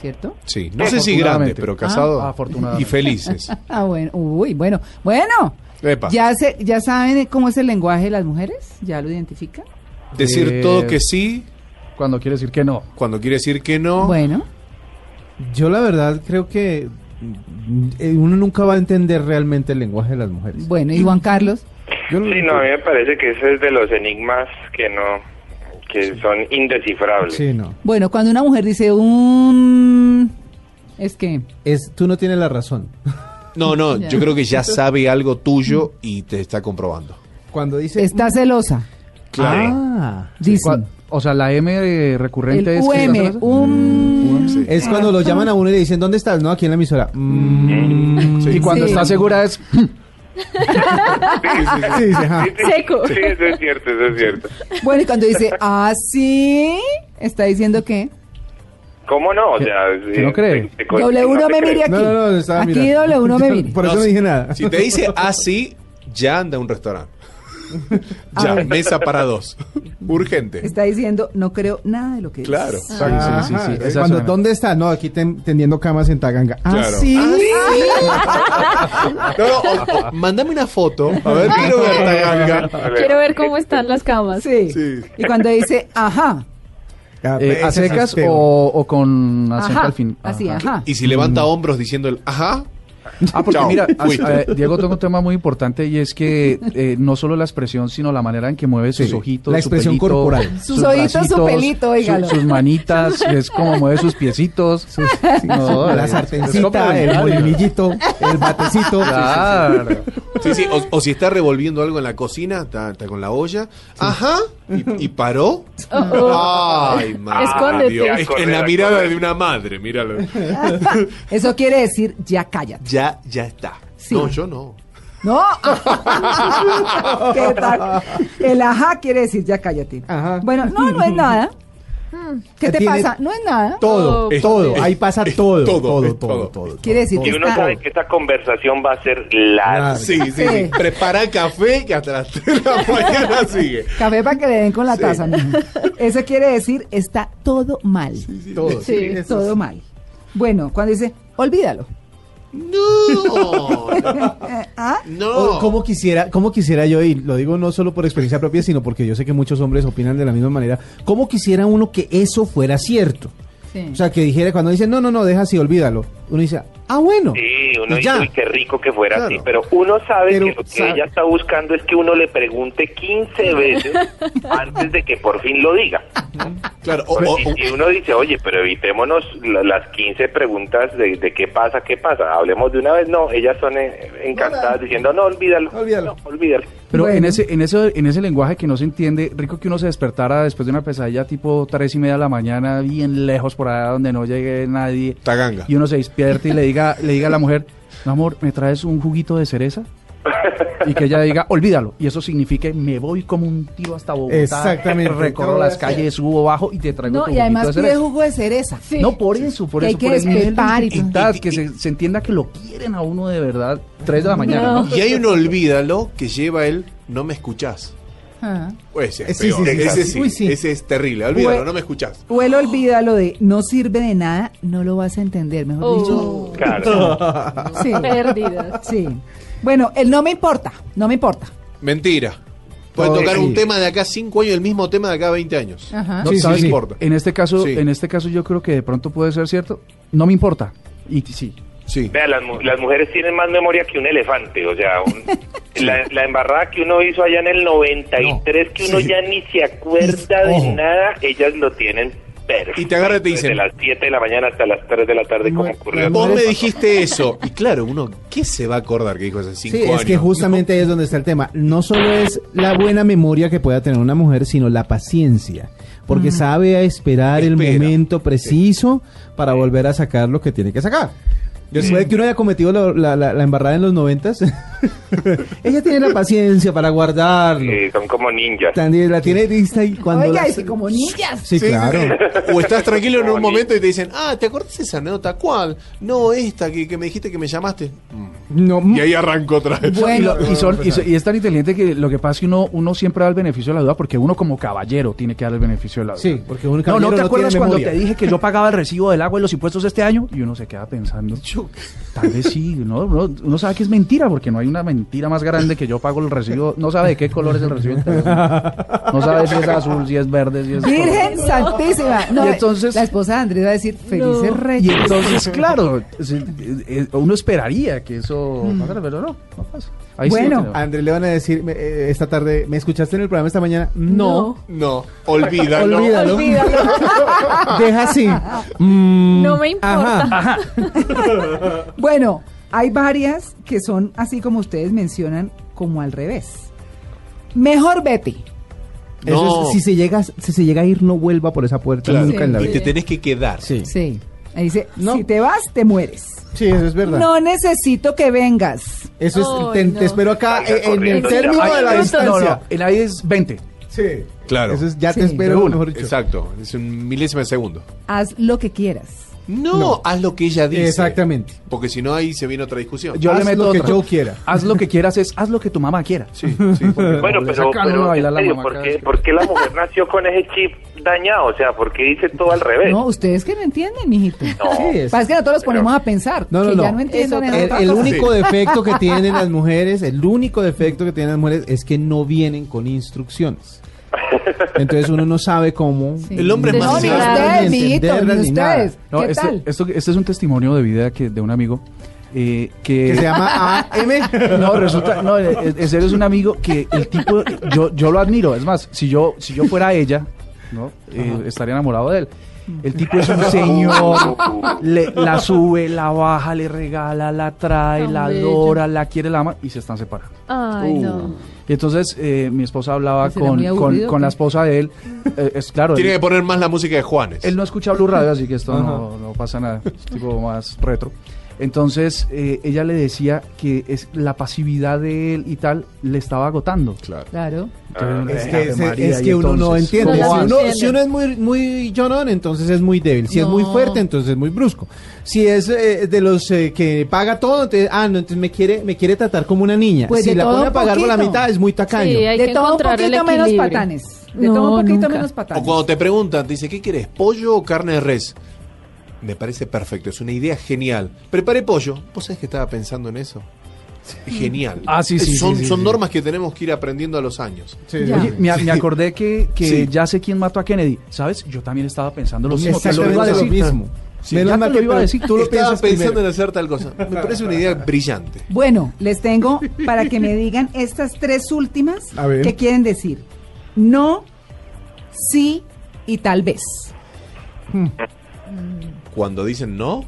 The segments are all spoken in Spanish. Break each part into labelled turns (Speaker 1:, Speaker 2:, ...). Speaker 1: ¿cierto?
Speaker 2: Sí, no sé si grande,
Speaker 3: Afortunadamente.
Speaker 2: pero casado
Speaker 3: Ah, afortunadamente.
Speaker 2: y felices.
Speaker 1: Ah, bueno, uy, bueno, bueno.
Speaker 2: Epa.
Speaker 1: ¿Ya, se, ¿Ya saben cómo es el lenguaje de las mujeres? ¿Ya lo identifican?
Speaker 2: Decir
Speaker 3: Eh,
Speaker 2: todo que sí
Speaker 3: cuando quiere decir que no.
Speaker 2: cuando quiere decir que no.
Speaker 1: Bueno,
Speaker 4: Yo la verdad creo que mm, eh, uno nunca va a entender realmente el lenguaje de las mujeres.
Speaker 1: bueno, y Juan Carlos,
Speaker 4: Yo lo-
Speaker 5: Sí, no, a mí me parece que ese es de los enigmas que no, que son indescifrables.
Speaker 4: Sí, no.
Speaker 1: bueno, cuando una mujer dice un... Es que...
Speaker 4: Es, tú no tienes la razón.
Speaker 2: No, no,
Speaker 1: Ya.
Speaker 2: yo creo que ya sabe algo tuyo y te está comprobando.
Speaker 4: Cuando dice...
Speaker 1: Está celosa,
Speaker 4: Ah,
Speaker 1: dicen.
Speaker 3: Cua- O sea, la M de
Speaker 1: El
Speaker 3: recurrente es que estás
Speaker 1: UM,
Speaker 3: celosa.
Speaker 1: un...
Speaker 2: Mm, Sí.
Speaker 4: es cuando lo llaman a uno y le dicen, ¿dónde estás? No, aquí en la emisora. Mm,
Speaker 3: y cuando
Speaker 1: Sí.
Speaker 3: está segura es
Speaker 4: sí, "Ah". sí, ajá.
Speaker 5: Seco. Sí, eso es cierto, eso es cierto.
Speaker 1: Bueno, y cuando dice así, está diciendo que...
Speaker 5: ¿Cómo no? O sea, eh,
Speaker 3: que no cree.
Speaker 1: Doble uno me mire
Speaker 5: miría.
Speaker 1: aquí.
Speaker 4: No, no, no, estaba
Speaker 1: aquí
Speaker 4: mirando.
Speaker 1: doble uno me mire.
Speaker 4: Por eso
Speaker 2: No,
Speaker 4: no,
Speaker 2: si-
Speaker 4: dije nada.
Speaker 2: Si te dice así, ya anda a un restaurante. ya,
Speaker 1: ver.
Speaker 2: mesa para dos. Urgente.
Speaker 1: Está diciendo, no creo nada de lo que dices.
Speaker 2: Claro.
Speaker 4: Ah,
Speaker 3: sí, sí, sí,
Speaker 4: ajá.
Speaker 3: esa
Speaker 4: Cuando,
Speaker 3: suena.
Speaker 4: ¿dónde está? No, aquí ten- tendiendo camas en Taganga. Ah,
Speaker 2: Claro.
Speaker 4: sí.
Speaker 2: No, no, o- o- mándame una foto. A ver, quiero ver la ganga.
Speaker 6: Quiero ver cómo están las camas.
Speaker 1: Sí.
Speaker 2: Sí.
Speaker 1: Y cuando dice, ajá,
Speaker 4: Ah,
Speaker 3: eh,
Speaker 4: ese
Speaker 3: a
Speaker 4: es
Speaker 3: secas
Speaker 4: feo.
Speaker 3: o, o con acento
Speaker 1: ajá,
Speaker 3: al fin.
Speaker 1: así, ajá.
Speaker 2: Y si levanta hombros diciendo el ajá,
Speaker 3: Ah, porque
Speaker 2: Chao,
Speaker 3: mira, as-
Speaker 2: fuiste.
Speaker 3: eh, Diego toca un tema muy importante y es que eh, no solo la expresión, sino la manera en que mueve sus
Speaker 4: Sí.
Speaker 3: ojitos,
Speaker 4: La
Speaker 3: su
Speaker 4: expresión
Speaker 3: pelito,
Speaker 4: corporal.
Speaker 1: Sus ojitos, su
Speaker 3: bracitos,
Speaker 1: pelito,
Speaker 3: su-
Speaker 1: óigalo.
Speaker 3: sus manitas, es como mueve sus piecitos. No,
Speaker 4: la
Speaker 3: es- es
Speaker 4: sartencita,
Speaker 1: eh.
Speaker 4: el
Speaker 3: complementario.
Speaker 4: molinillito, el batecito.
Speaker 3: Claro.
Speaker 2: Sí, sí, o, o si está revolviendo algo en la cocina, está, está con la olla. Ajá. ¿Y, y paró? Ay, madre.
Speaker 6: Escóndete.
Speaker 2: Dios. Es que en la
Speaker 5: Escóndete.
Speaker 2: mirada de una madre, míralo.
Speaker 1: Eso quiere decir, ya cállate.
Speaker 2: Ya, ya está.
Speaker 1: Sí.
Speaker 2: No, yo no.
Speaker 1: No. ¿Qué tal? El ajá quiere decir, ya cállate.
Speaker 4: Ajá.
Speaker 1: Bueno, no, no es nada.
Speaker 6: Hmm.
Speaker 1: ¿Qué te
Speaker 4: Tiene
Speaker 1: pasa? No es nada.
Speaker 4: Todo,
Speaker 6: Es-
Speaker 4: todo.
Speaker 2: es-
Speaker 4: Ahí pasa
Speaker 2: es
Speaker 4: todo.
Speaker 2: todo,
Speaker 4: Todo, todo,
Speaker 2: es
Speaker 4: todo.
Speaker 2: todo.
Speaker 1: Quiere decir,
Speaker 5: Y uno
Speaker 1: está-
Speaker 5: sabe que esta conversación va a ser
Speaker 4: Ah,
Speaker 5: larga.
Speaker 2: Sí, sí, sí.
Speaker 1: Sí.
Speaker 2: Prepara café que hasta las 3 de la mañana sigue.
Speaker 1: Café para que le den con la taza. mijo. Eso quiere decir, está todo mal.
Speaker 4: todo.
Speaker 6: Sí.
Speaker 1: Es todo mal. Bueno, cuando dice, olvídalo.
Speaker 2: No.
Speaker 1: Eh, ¿ah?
Speaker 2: No.
Speaker 4: O- ¿Cómo quisiera, cómo quisiera yo, y lo digo no solo por experiencia propia, sino porque yo sé que muchos hombres opinan de la misma manera, ¿cómo quisiera uno que eso fuera cierto?
Speaker 1: Sí.
Speaker 4: O sea, que dijera, cuando dicen, no, no, no, deja así, olvídalo. Uno dice, ah, bueno.
Speaker 5: Sí, uno
Speaker 4: y
Speaker 5: dice,
Speaker 4: Pues ya.
Speaker 5: uy, qué rico que fuera
Speaker 4: Claro.
Speaker 5: así, pero uno sabe
Speaker 4: Pero
Speaker 5: que lo que
Speaker 4: sabe.
Speaker 5: ella está buscando es que uno le pregunte 15 veces antes de que por fin lo diga.
Speaker 2: Claro, o- o- o-
Speaker 5: y, y uno dice, oye, pero evitémonos la- las 15 preguntas de, de qué pasa, qué pasa. Hablemos de una vez. No, ellas son eh, encantadas diciendo, no, olvídalo.
Speaker 4: Olvídalo.
Speaker 5: No, olvídalo.
Speaker 3: Pero
Speaker 1: Bueno.
Speaker 3: en, ese, en, ese, en ese lenguaje que no se entiende, rico que uno se despertara después de una pesadilla tipo tres y media de la mañana, bien lejos por allá donde no llegue nadie.
Speaker 2: Taganga.
Speaker 3: Y uno se despierta y le diga, le diga a la mujer, mi amor, ¿me traes un juguito de cereza? Y que ella diga, olvídalo. Y eso significa, me voy como un tío hasta Bogotá.
Speaker 4: Exactamente.
Speaker 3: Recorro
Speaker 4: Todo
Speaker 3: las
Speaker 4: así.
Speaker 3: calles, subo bajo y te traigo
Speaker 1: No,
Speaker 3: tu
Speaker 1: y además
Speaker 3: juguito de
Speaker 1: pide
Speaker 3: cereza.
Speaker 1: jugo de cereza.
Speaker 6: Sí.
Speaker 3: No, por eso, por
Speaker 1: Que hay
Speaker 3: eso.
Speaker 1: que
Speaker 3: por el nivel de
Speaker 1: despertar y todo.
Speaker 3: dificultad, que se, se entienda que lo quieren a uno de verdad. Tres de la mañana,
Speaker 6: No.
Speaker 3: ¿no?
Speaker 2: Y hay un olvídalo que lleva el no me escuchás.
Speaker 1: Ajá.
Speaker 2: O Ese es
Speaker 4: Eh, Sí, sí,
Speaker 2: peor.
Speaker 4: sí,
Speaker 2: ese
Speaker 4: sí.
Speaker 2: sí,
Speaker 4: Uy, sí.
Speaker 2: Ese es terrible. Olvídalo,
Speaker 1: Ue-
Speaker 2: no me escuchás.
Speaker 1: O él olvida lo de no sirve de nada, no lo vas a entender. Mejor
Speaker 6: Oh,
Speaker 5: Claro.
Speaker 1: dicho, sí.
Speaker 6: pérdidas.
Speaker 1: sí. Bueno, el no me importa, no me importa.
Speaker 2: Mentira. Puede
Speaker 4: Todo
Speaker 2: tocar
Speaker 4: sí.
Speaker 2: un tema de acá 5 años, el mismo tema de acá 20 años.
Speaker 1: Ajá.
Speaker 3: No,
Speaker 4: Sí, sí,
Speaker 3: ¿sabes
Speaker 4: sí.
Speaker 3: qué? En este caso,
Speaker 2: Sí.
Speaker 3: en este caso yo creo que de pronto puede ser cierto. No me importa. Y t- sí.
Speaker 2: Sí.
Speaker 5: Vea, las, mu- las mujeres tienen más memoria que un elefante. O sea, un- la, la embarrada que uno hizo allá en el 93, que uno ya ni se acuerda de
Speaker 4: Ojo.
Speaker 5: nada, ellas lo tienen perfecto.
Speaker 2: Y te agarra y te
Speaker 5: Desde
Speaker 2: dicen-
Speaker 5: las 7 de la mañana hasta las 3 de la tarde, como
Speaker 4: Bueno,
Speaker 5: ocurrió.
Speaker 2: Vos
Speaker 4: Madre-
Speaker 2: me dijiste eso. Y claro, uno, ¿qué se va a acordar que dijo hace cinco
Speaker 4: Sí,
Speaker 2: años?
Speaker 4: es que justamente ahí es donde está el tema. No solo es la buena memoria que pueda tener una mujer, sino la paciencia. Porque
Speaker 1: Mm.
Speaker 4: sabe a esperar el
Speaker 2: Espera.
Speaker 4: momento preciso para volver a sacar lo que tiene que sacar. Después
Speaker 2: Mm.
Speaker 4: de que uno haya cometido la, la- la- la embarrada en los noventas, ella tiene la paciencia para guardarlo.
Speaker 5: Eh, son como ninjas.
Speaker 4: También la tiene lista y cuando
Speaker 1: Oiga,
Speaker 4: la-
Speaker 1: y que como niñas.
Speaker 4: Sí,
Speaker 2: Sí,
Speaker 4: claro.
Speaker 2: sí. O estás tranquilo en un momento y te dicen, ah, ¿te acordás esa anécdota? ¿Cuál? No, esta que, que me dijiste que me llamaste.
Speaker 3: No,
Speaker 2: Y ahí arranco otra vez.
Speaker 3: Y,
Speaker 1: Bueno,
Speaker 3: lo- y son- y so- y es tan inteligente que lo que pasa es que uno, uno siempre da el beneficio de la duda porque uno como caballero tiene que dar el beneficio de la duda.
Speaker 4: Sí, porque uno
Speaker 3: no,
Speaker 4: caballero
Speaker 3: no te
Speaker 4: no
Speaker 3: acuerdas
Speaker 4: tiene
Speaker 3: cuando
Speaker 4: memoria.
Speaker 3: te dije que yo pagaba el recibo del agua y los impuestos este año y uno se queda pensando. Tal vez sí, no, no, uno sabe que es mentira porque no hay una mentira más grande que yo pago el recibo, no sabe de qué color es el recibo. del teléfono. No sabe si es azul, si es verde, si es
Speaker 1: Virgen Santísima. No,
Speaker 3: Y entonces-
Speaker 1: la esposa de Andrés va a decir felices
Speaker 6: No.
Speaker 1: reyes.
Speaker 3: Y entonces, claro, se- eh, eh, uno esperaría que eso
Speaker 4: Mm.
Speaker 3: pasara, pero no, no pasa. Ahí sí
Speaker 1: Bueno.
Speaker 3: no
Speaker 4: A
Speaker 3: tenemos.
Speaker 4: André le van a decir me- eh, esta tarde, ¿me escuchaste en el programa esta mañana? No.
Speaker 2: No, olvídalo.
Speaker 4: Olvídalo.
Speaker 1: Olvídalo.
Speaker 4: Deja así. Mm,
Speaker 6: No me importa.
Speaker 4: Ajá.
Speaker 1: Bueno, hay varias que son así como ustedes mencionan, como al revés. Mejor vete.
Speaker 4: Eso
Speaker 2: No.
Speaker 4: es, si se llega, si se llega a ir, no vuelva por esa puerta
Speaker 2: Claro.
Speaker 4: nunca en la
Speaker 6: Sí.
Speaker 2: Y te
Speaker 4: vida.
Speaker 2: tenés que quedar.
Speaker 4: Sí.
Speaker 1: Sí. Ahí dice,
Speaker 4: No.
Speaker 1: si te vas, te mueres.
Speaker 4: sí, eso es verdad.
Speaker 1: No necesito que vengas.
Speaker 4: Eso es,
Speaker 6: Ay,
Speaker 4: te,
Speaker 6: no.
Speaker 4: te espero acá
Speaker 5: Vaya
Speaker 4: eh, en, el
Speaker 5: corriendo,
Speaker 4: término
Speaker 5: ya
Speaker 4: de la
Speaker 6: vaya.
Speaker 4: distancia.
Speaker 3: No, no, el ahí es 20.
Speaker 4: Sí.
Speaker 2: Claro.
Speaker 4: Eso es, ya te
Speaker 1: Sí.
Speaker 4: espero,
Speaker 3: De una.
Speaker 4: mejor dicho.
Speaker 2: Exacto, es un milésimo de segundo.
Speaker 1: Haz lo que quieras.
Speaker 2: No, haz lo que ella dice.
Speaker 4: Exactamente.
Speaker 2: Porque si no, ahí se viene otra discusión. Ah,
Speaker 3: Yo
Speaker 4: Haz
Speaker 3: le meto
Speaker 4: lo que
Speaker 3: otra.
Speaker 4: yo quiera.
Speaker 3: Haz lo que quieras, es haz lo que tu mamá quiera.
Speaker 2: Sí, sí. porque-
Speaker 5: Bueno,
Speaker 3: Le
Speaker 5: pero,
Speaker 3: sacan uno a
Speaker 5: pero
Speaker 3: bailar
Speaker 5: en
Speaker 3: la
Speaker 5: serio,
Speaker 3: mamá
Speaker 5: ¿por
Speaker 3: cada
Speaker 5: qué,
Speaker 3: vez.
Speaker 5: por qué la mujer nació con ese chip dañado? O sea, ¿por qué dice todo al revés?
Speaker 1: No, ustedes que no entienden, mijito.
Speaker 4: Sí, es-
Speaker 1: Pasa Pues es que nosotros los ponemos
Speaker 5: Pero-
Speaker 1: a pensar.
Speaker 4: No, no,
Speaker 1: que
Speaker 4: no.
Speaker 1: ya no entienden
Speaker 4: El,
Speaker 1: esas
Speaker 4: el
Speaker 1: cosas.
Speaker 4: único defecto que tienen las mujeres, el único defecto que tienen las mujeres es que no vienen con instrucciones. Entonces uno no sabe cómo.
Speaker 1: Sí.
Speaker 2: El hombre es
Speaker 1: No,
Speaker 2: más
Speaker 1: ni
Speaker 2: sensato.
Speaker 1: ustedes,
Speaker 4: Ni
Speaker 1: mijito,
Speaker 4: entenderlas,
Speaker 1: ni
Speaker 4: ni nada.
Speaker 1: ustedes.
Speaker 3: No,
Speaker 1: ¿Qué
Speaker 3: este,
Speaker 1: tal?
Speaker 3: esto- este es un testimonio de vida que, de un amigo eh, que...
Speaker 4: Que se llama AM.
Speaker 3: No, resulta, no, en- en serio es un amigo que el tipo, yo, yo lo admiro, es más, si yo, si yo fuera ella, ¿no? Eh, estaría enamorado de él. El tipo es un señor, le- la sube, la baja, le regala, la trae,
Speaker 6: Tan
Speaker 3: la
Speaker 6: bello.
Speaker 3: adora, la quiere, la ama y se están separando.
Speaker 6: Ay,
Speaker 1: Uh.
Speaker 6: no.
Speaker 3: Y entonces eh, mi esposa hablaba
Speaker 1: ¿Será
Speaker 3: con,
Speaker 1: muy
Speaker 3: con-
Speaker 1: aburrido,
Speaker 3: con
Speaker 1: qué?
Speaker 3: la esposa de él. eh, es claro,
Speaker 2: Tiene que
Speaker 3: él,
Speaker 2: poner más la música de Juanes.
Speaker 3: él no escucha Blue Radio, así que esto no, no pasa nada. Es tipo más retro. Entonces eh, ella le decía que es la pasividad de él y tal le estaba agotando.
Speaker 2: Claro.
Speaker 1: Claro.
Speaker 3: Entonces,
Speaker 4: Ah, Es
Speaker 3: Ave
Speaker 4: que, se-
Speaker 3: María,
Speaker 4: es
Speaker 3: ¿y
Speaker 4: que uno no
Speaker 3: entonces?
Speaker 4: entiende.
Speaker 6: ¿Cómo
Speaker 4: Si
Speaker 6: hace?
Speaker 4: uno, si uno es muy, muy llorón, entonces es muy débil. Si es muy
Speaker 6: No.
Speaker 4: fuerte, entonces es muy brusco. Si es eh, de los eh, que paga todo, entonces, ah, no, entonces me quiere, me quiere tratar como una niña.
Speaker 1: Pues
Speaker 4: si
Speaker 1: de
Speaker 4: la
Speaker 1: todo
Speaker 4: pone a pagar por la
Speaker 1: poquito.
Speaker 4: mitad, es muy tacaño.
Speaker 6: Sí, hay
Speaker 1: de
Speaker 6: que
Speaker 1: todo un
Speaker 6: encontrar el
Speaker 1: poquito menos
Speaker 6: equilibrio.
Speaker 1: patanes. De
Speaker 6: No,
Speaker 1: todo un poquito
Speaker 6: nunca.
Speaker 1: menos
Speaker 2: O
Speaker 1: patanes.
Speaker 2: cuando te preguntan, te dice, ¿qué quieres? ¿Pollo o carne de res? Me parece perfecto, es una idea genial. Preparé pollo. ¿Vos sabés que estaba pensando en eso? Genial.
Speaker 3: Ah, sí, sí,
Speaker 2: Son,
Speaker 3: sí, sí,
Speaker 2: son
Speaker 3: sí.
Speaker 2: normas que tenemos que ir aprendiendo a los años.
Speaker 4: Sí,
Speaker 1: Ya.
Speaker 4: sí.
Speaker 3: Oye, me, me acordé que, que
Speaker 2: Sí.
Speaker 3: ya sé quién mató a Kennedy. ¿Sabes? Yo también estaba pensando lo mismo. te lo iba a
Speaker 4: Exactamente lo
Speaker 3: decir.
Speaker 4: mismo.
Speaker 2: Sí.
Speaker 3: Ya
Speaker 4: Menos
Speaker 3: te
Speaker 4: mal
Speaker 3: lo
Speaker 4: que
Speaker 3: iba a
Speaker 4: pero
Speaker 3: decir.
Speaker 4: tú lo
Speaker 2: Estaba
Speaker 4: piensas
Speaker 2: pensando
Speaker 4: primero.
Speaker 2: en hacer tal cosa. Me parece una idea brillante.
Speaker 1: Bueno, les tengo para que me digan estas tres últimas
Speaker 4: A ver.
Speaker 1: que quieren decir. No, sí y tal vez.
Speaker 2: Cuando dicen no,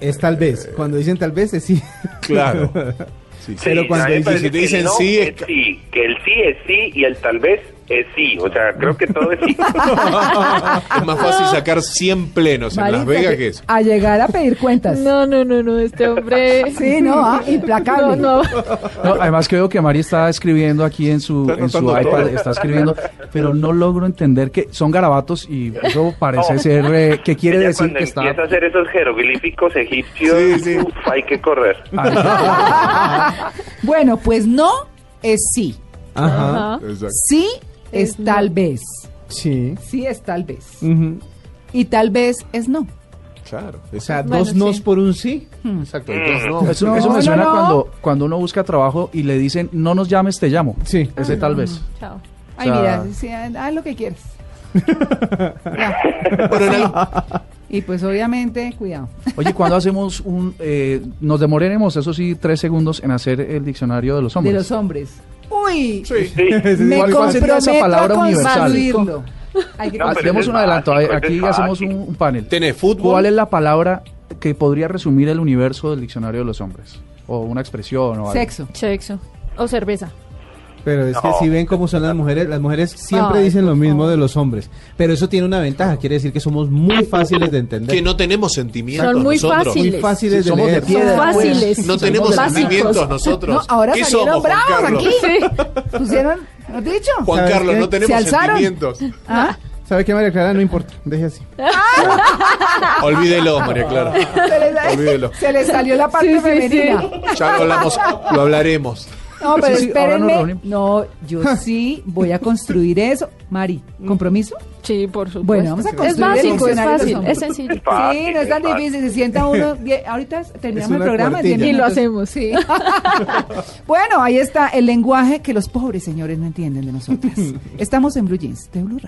Speaker 4: Es tal vez. Cuando dicen tal vez, es sí.
Speaker 2: claro. Sí, sí.
Speaker 5: Sí,
Speaker 4: Pero cuando
Speaker 5: a mí me
Speaker 2: dicen-
Speaker 5: parece
Speaker 2: si te
Speaker 5: que el
Speaker 2: dicen
Speaker 5: no
Speaker 2: sí, es
Speaker 5: es sí, que el sí es sí y el tal vez es sí. O sea, creo que todo es sí.
Speaker 2: es más fácil sacar 100 plenos en Las
Speaker 1: Marita,
Speaker 2: Vegas
Speaker 1: que-
Speaker 2: que eso.
Speaker 1: A llegar a pedir cuentas.
Speaker 6: No, no, no, no, este hombre.
Speaker 1: Sí, no, ah, implacable.
Speaker 6: No, no.
Speaker 3: No, además que veo que Mari está escribiendo aquí en su,
Speaker 2: Está
Speaker 3: en su
Speaker 2: anotando
Speaker 3: iPad,
Speaker 2: todo.
Speaker 3: está escribiendo, pero no logro entender que son garabatos y eso parece
Speaker 5: No.
Speaker 3: ser eh, que quiere
Speaker 5: Ya
Speaker 3: decir
Speaker 5: cuando
Speaker 3: que está...
Speaker 5: empieza a hacer esos jeroglíficos egipcios,
Speaker 2: Sí, sí.
Speaker 5: uf, hay que correr.
Speaker 3: Ah,
Speaker 1: Bueno, pues no es sí.
Speaker 4: Ajá.
Speaker 6: Ajá.
Speaker 2: Exacto.
Speaker 1: Sí es,
Speaker 6: Es no.
Speaker 1: tal vez.
Speaker 4: Sí.
Speaker 1: Sí es tal vez.
Speaker 4: Ujú.
Speaker 1: Y tal vez es no.
Speaker 2: Claro.
Speaker 4: O sea,
Speaker 2: Exacto.
Speaker 6: Bueno,
Speaker 4: dos nos
Speaker 6: sí. Hmm.
Speaker 4: por un sí. Pues,
Speaker 2: Exacto. Entonces, no.
Speaker 3: Eso,
Speaker 1: No,
Speaker 3: eso me
Speaker 1: no,
Speaker 3: suena
Speaker 1: no.
Speaker 3: Cuando, cuando uno busca trabajo y le dicen, no nos llames, te llamo.
Speaker 4: Sí.
Speaker 3: Ese tal vez.
Speaker 6: Chao.
Speaker 1: Ay,
Speaker 3: O sea-
Speaker 1: mira, sí, haz lo que quieres. Ya.
Speaker 2: Bueno, en algún-
Speaker 1: Y pues obviamente, cuidado.
Speaker 3: Oye, cuando hacemos un... eh, nos demoraremos, eso sí, tres segundos en hacer el diccionario de los hombres.
Speaker 1: De los hombres. Uy,
Speaker 2: Sí.
Speaker 5: Sí.
Speaker 1: me
Speaker 3: ¿Cuál sería
Speaker 1: comprometo
Speaker 3: esa
Speaker 1: a
Speaker 3: palabra universal?
Speaker 1: construirlo. Hay que
Speaker 5: No, pero
Speaker 3: Hacemos
Speaker 5: ese
Speaker 3: un
Speaker 5: es
Speaker 3: adelanto,
Speaker 5: básico,
Speaker 3: a-
Speaker 5: ese
Speaker 3: aquí
Speaker 5: es
Speaker 3: hacemos un,
Speaker 5: básico.
Speaker 3: un panel.
Speaker 2: Tenés fútbol.
Speaker 3: ¿Cuál es la palabra que podría resumir el universo del diccionario de los hombres? O una expresión o algo.
Speaker 1: Sexo.
Speaker 6: Sexo. O cerveza.
Speaker 4: Pero es que
Speaker 5: No.
Speaker 4: si ven cómo son las mujeres, las mujeres siempre
Speaker 6: Ay,
Speaker 4: dicen lo
Speaker 6: por
Speaker 4: mismo
Speaker 6: favor.
Speaker 4: de los hombres. Pero eso tiene una ventaja, quiere decir que somos muy fáciles de entender.
Speaker 2: Que no tenemos sentimientos
Speaker 6: Son muy
Speaker 2: nosotros.
Speaker 4: muy
Speaker 6: fáciles.
Speaker 4: fáciles
Speaker 3: Sí,
Speaker 4: de
Speaker 3: somos de
Speaker 4: leer.
Speaker 3: piedra.
Speaker 1: pues.
Speaker 6: Fáciles.
Speaker 2: No tenemos
Speaker 6: Básicos.
Speaker 2: sentimientos nosotros.
Speaker 1: No, ahora
Speaker 2: ¿Qué
Speaker 1: salieron
Speaker 2: somos, Juan
Speaker 1: bravos
Speaker 2: Carlos?
Speaker 1: aquí. ¿Pusieron? ¿Lo has dicho?
Speaker 2: Juan
Speaker 4: ¿Sabes
Speaker 2: Carlos,
Speaker 4: qué?
Speaker 2: no
Speaker 4: Se
Speaker 2: tenemos
Speaker 1: alzaron.
Speaker 2: sentimientos.
Speaker 1: ¿Ah?
Speaker 4: ¿Sabe qué, María Clara? No importa, deje así.
Speaker 2: Olvídelo, María Clara.
Speaker 1: Se les-
Speaker 2: Olvídelo.
Speaker 1: Se les salió la parte
Speaker 6: Sí, sí,
Speaker 1: femenina.
Speaker 6: sí.
Speaker 2: Ya lo hablamos, lo hablaremos.
Speaker 1: No, pero
Speaker 3: Sí, sí, ahora nos
Speaker 1: espérenme.
Speaker 3: reunimos.
Speaker 1: No, yo sí voy a construir eso. Mari,
Speaker 6: Mm.
Speaker 1: ¿compromiso?
Speaker 6: Sí, por supuesto.
Speaker 1: Bueno, vamos a
Speaker 6: Es
Speaker 1: construir el
Speaker 6: básico, es
Speaker 1: diccionario de los
Speaker 6: fácil,
Speaker 1: hombres.
Speaker 6: es sencillo.
Speaker 5: Fácil,
Speaker 1: sí, no es tan
Speaker 5: es fácil.
Speaker 1: difícil. Se sienta uno. bien- ahorita terminamos el
Speaker 4: una
Speaker 1: programa. en diez
Speaker 4: cuartilla.
Speaker 6: Y lo
Speaker 1: minutos.
Speaker 6: hacemos, sí.
Speaker 1: Bueno, ahí está el lenguaje que los pobres señores no entienden de nosotras. Estamos en Blue Jeans de Blue Radio.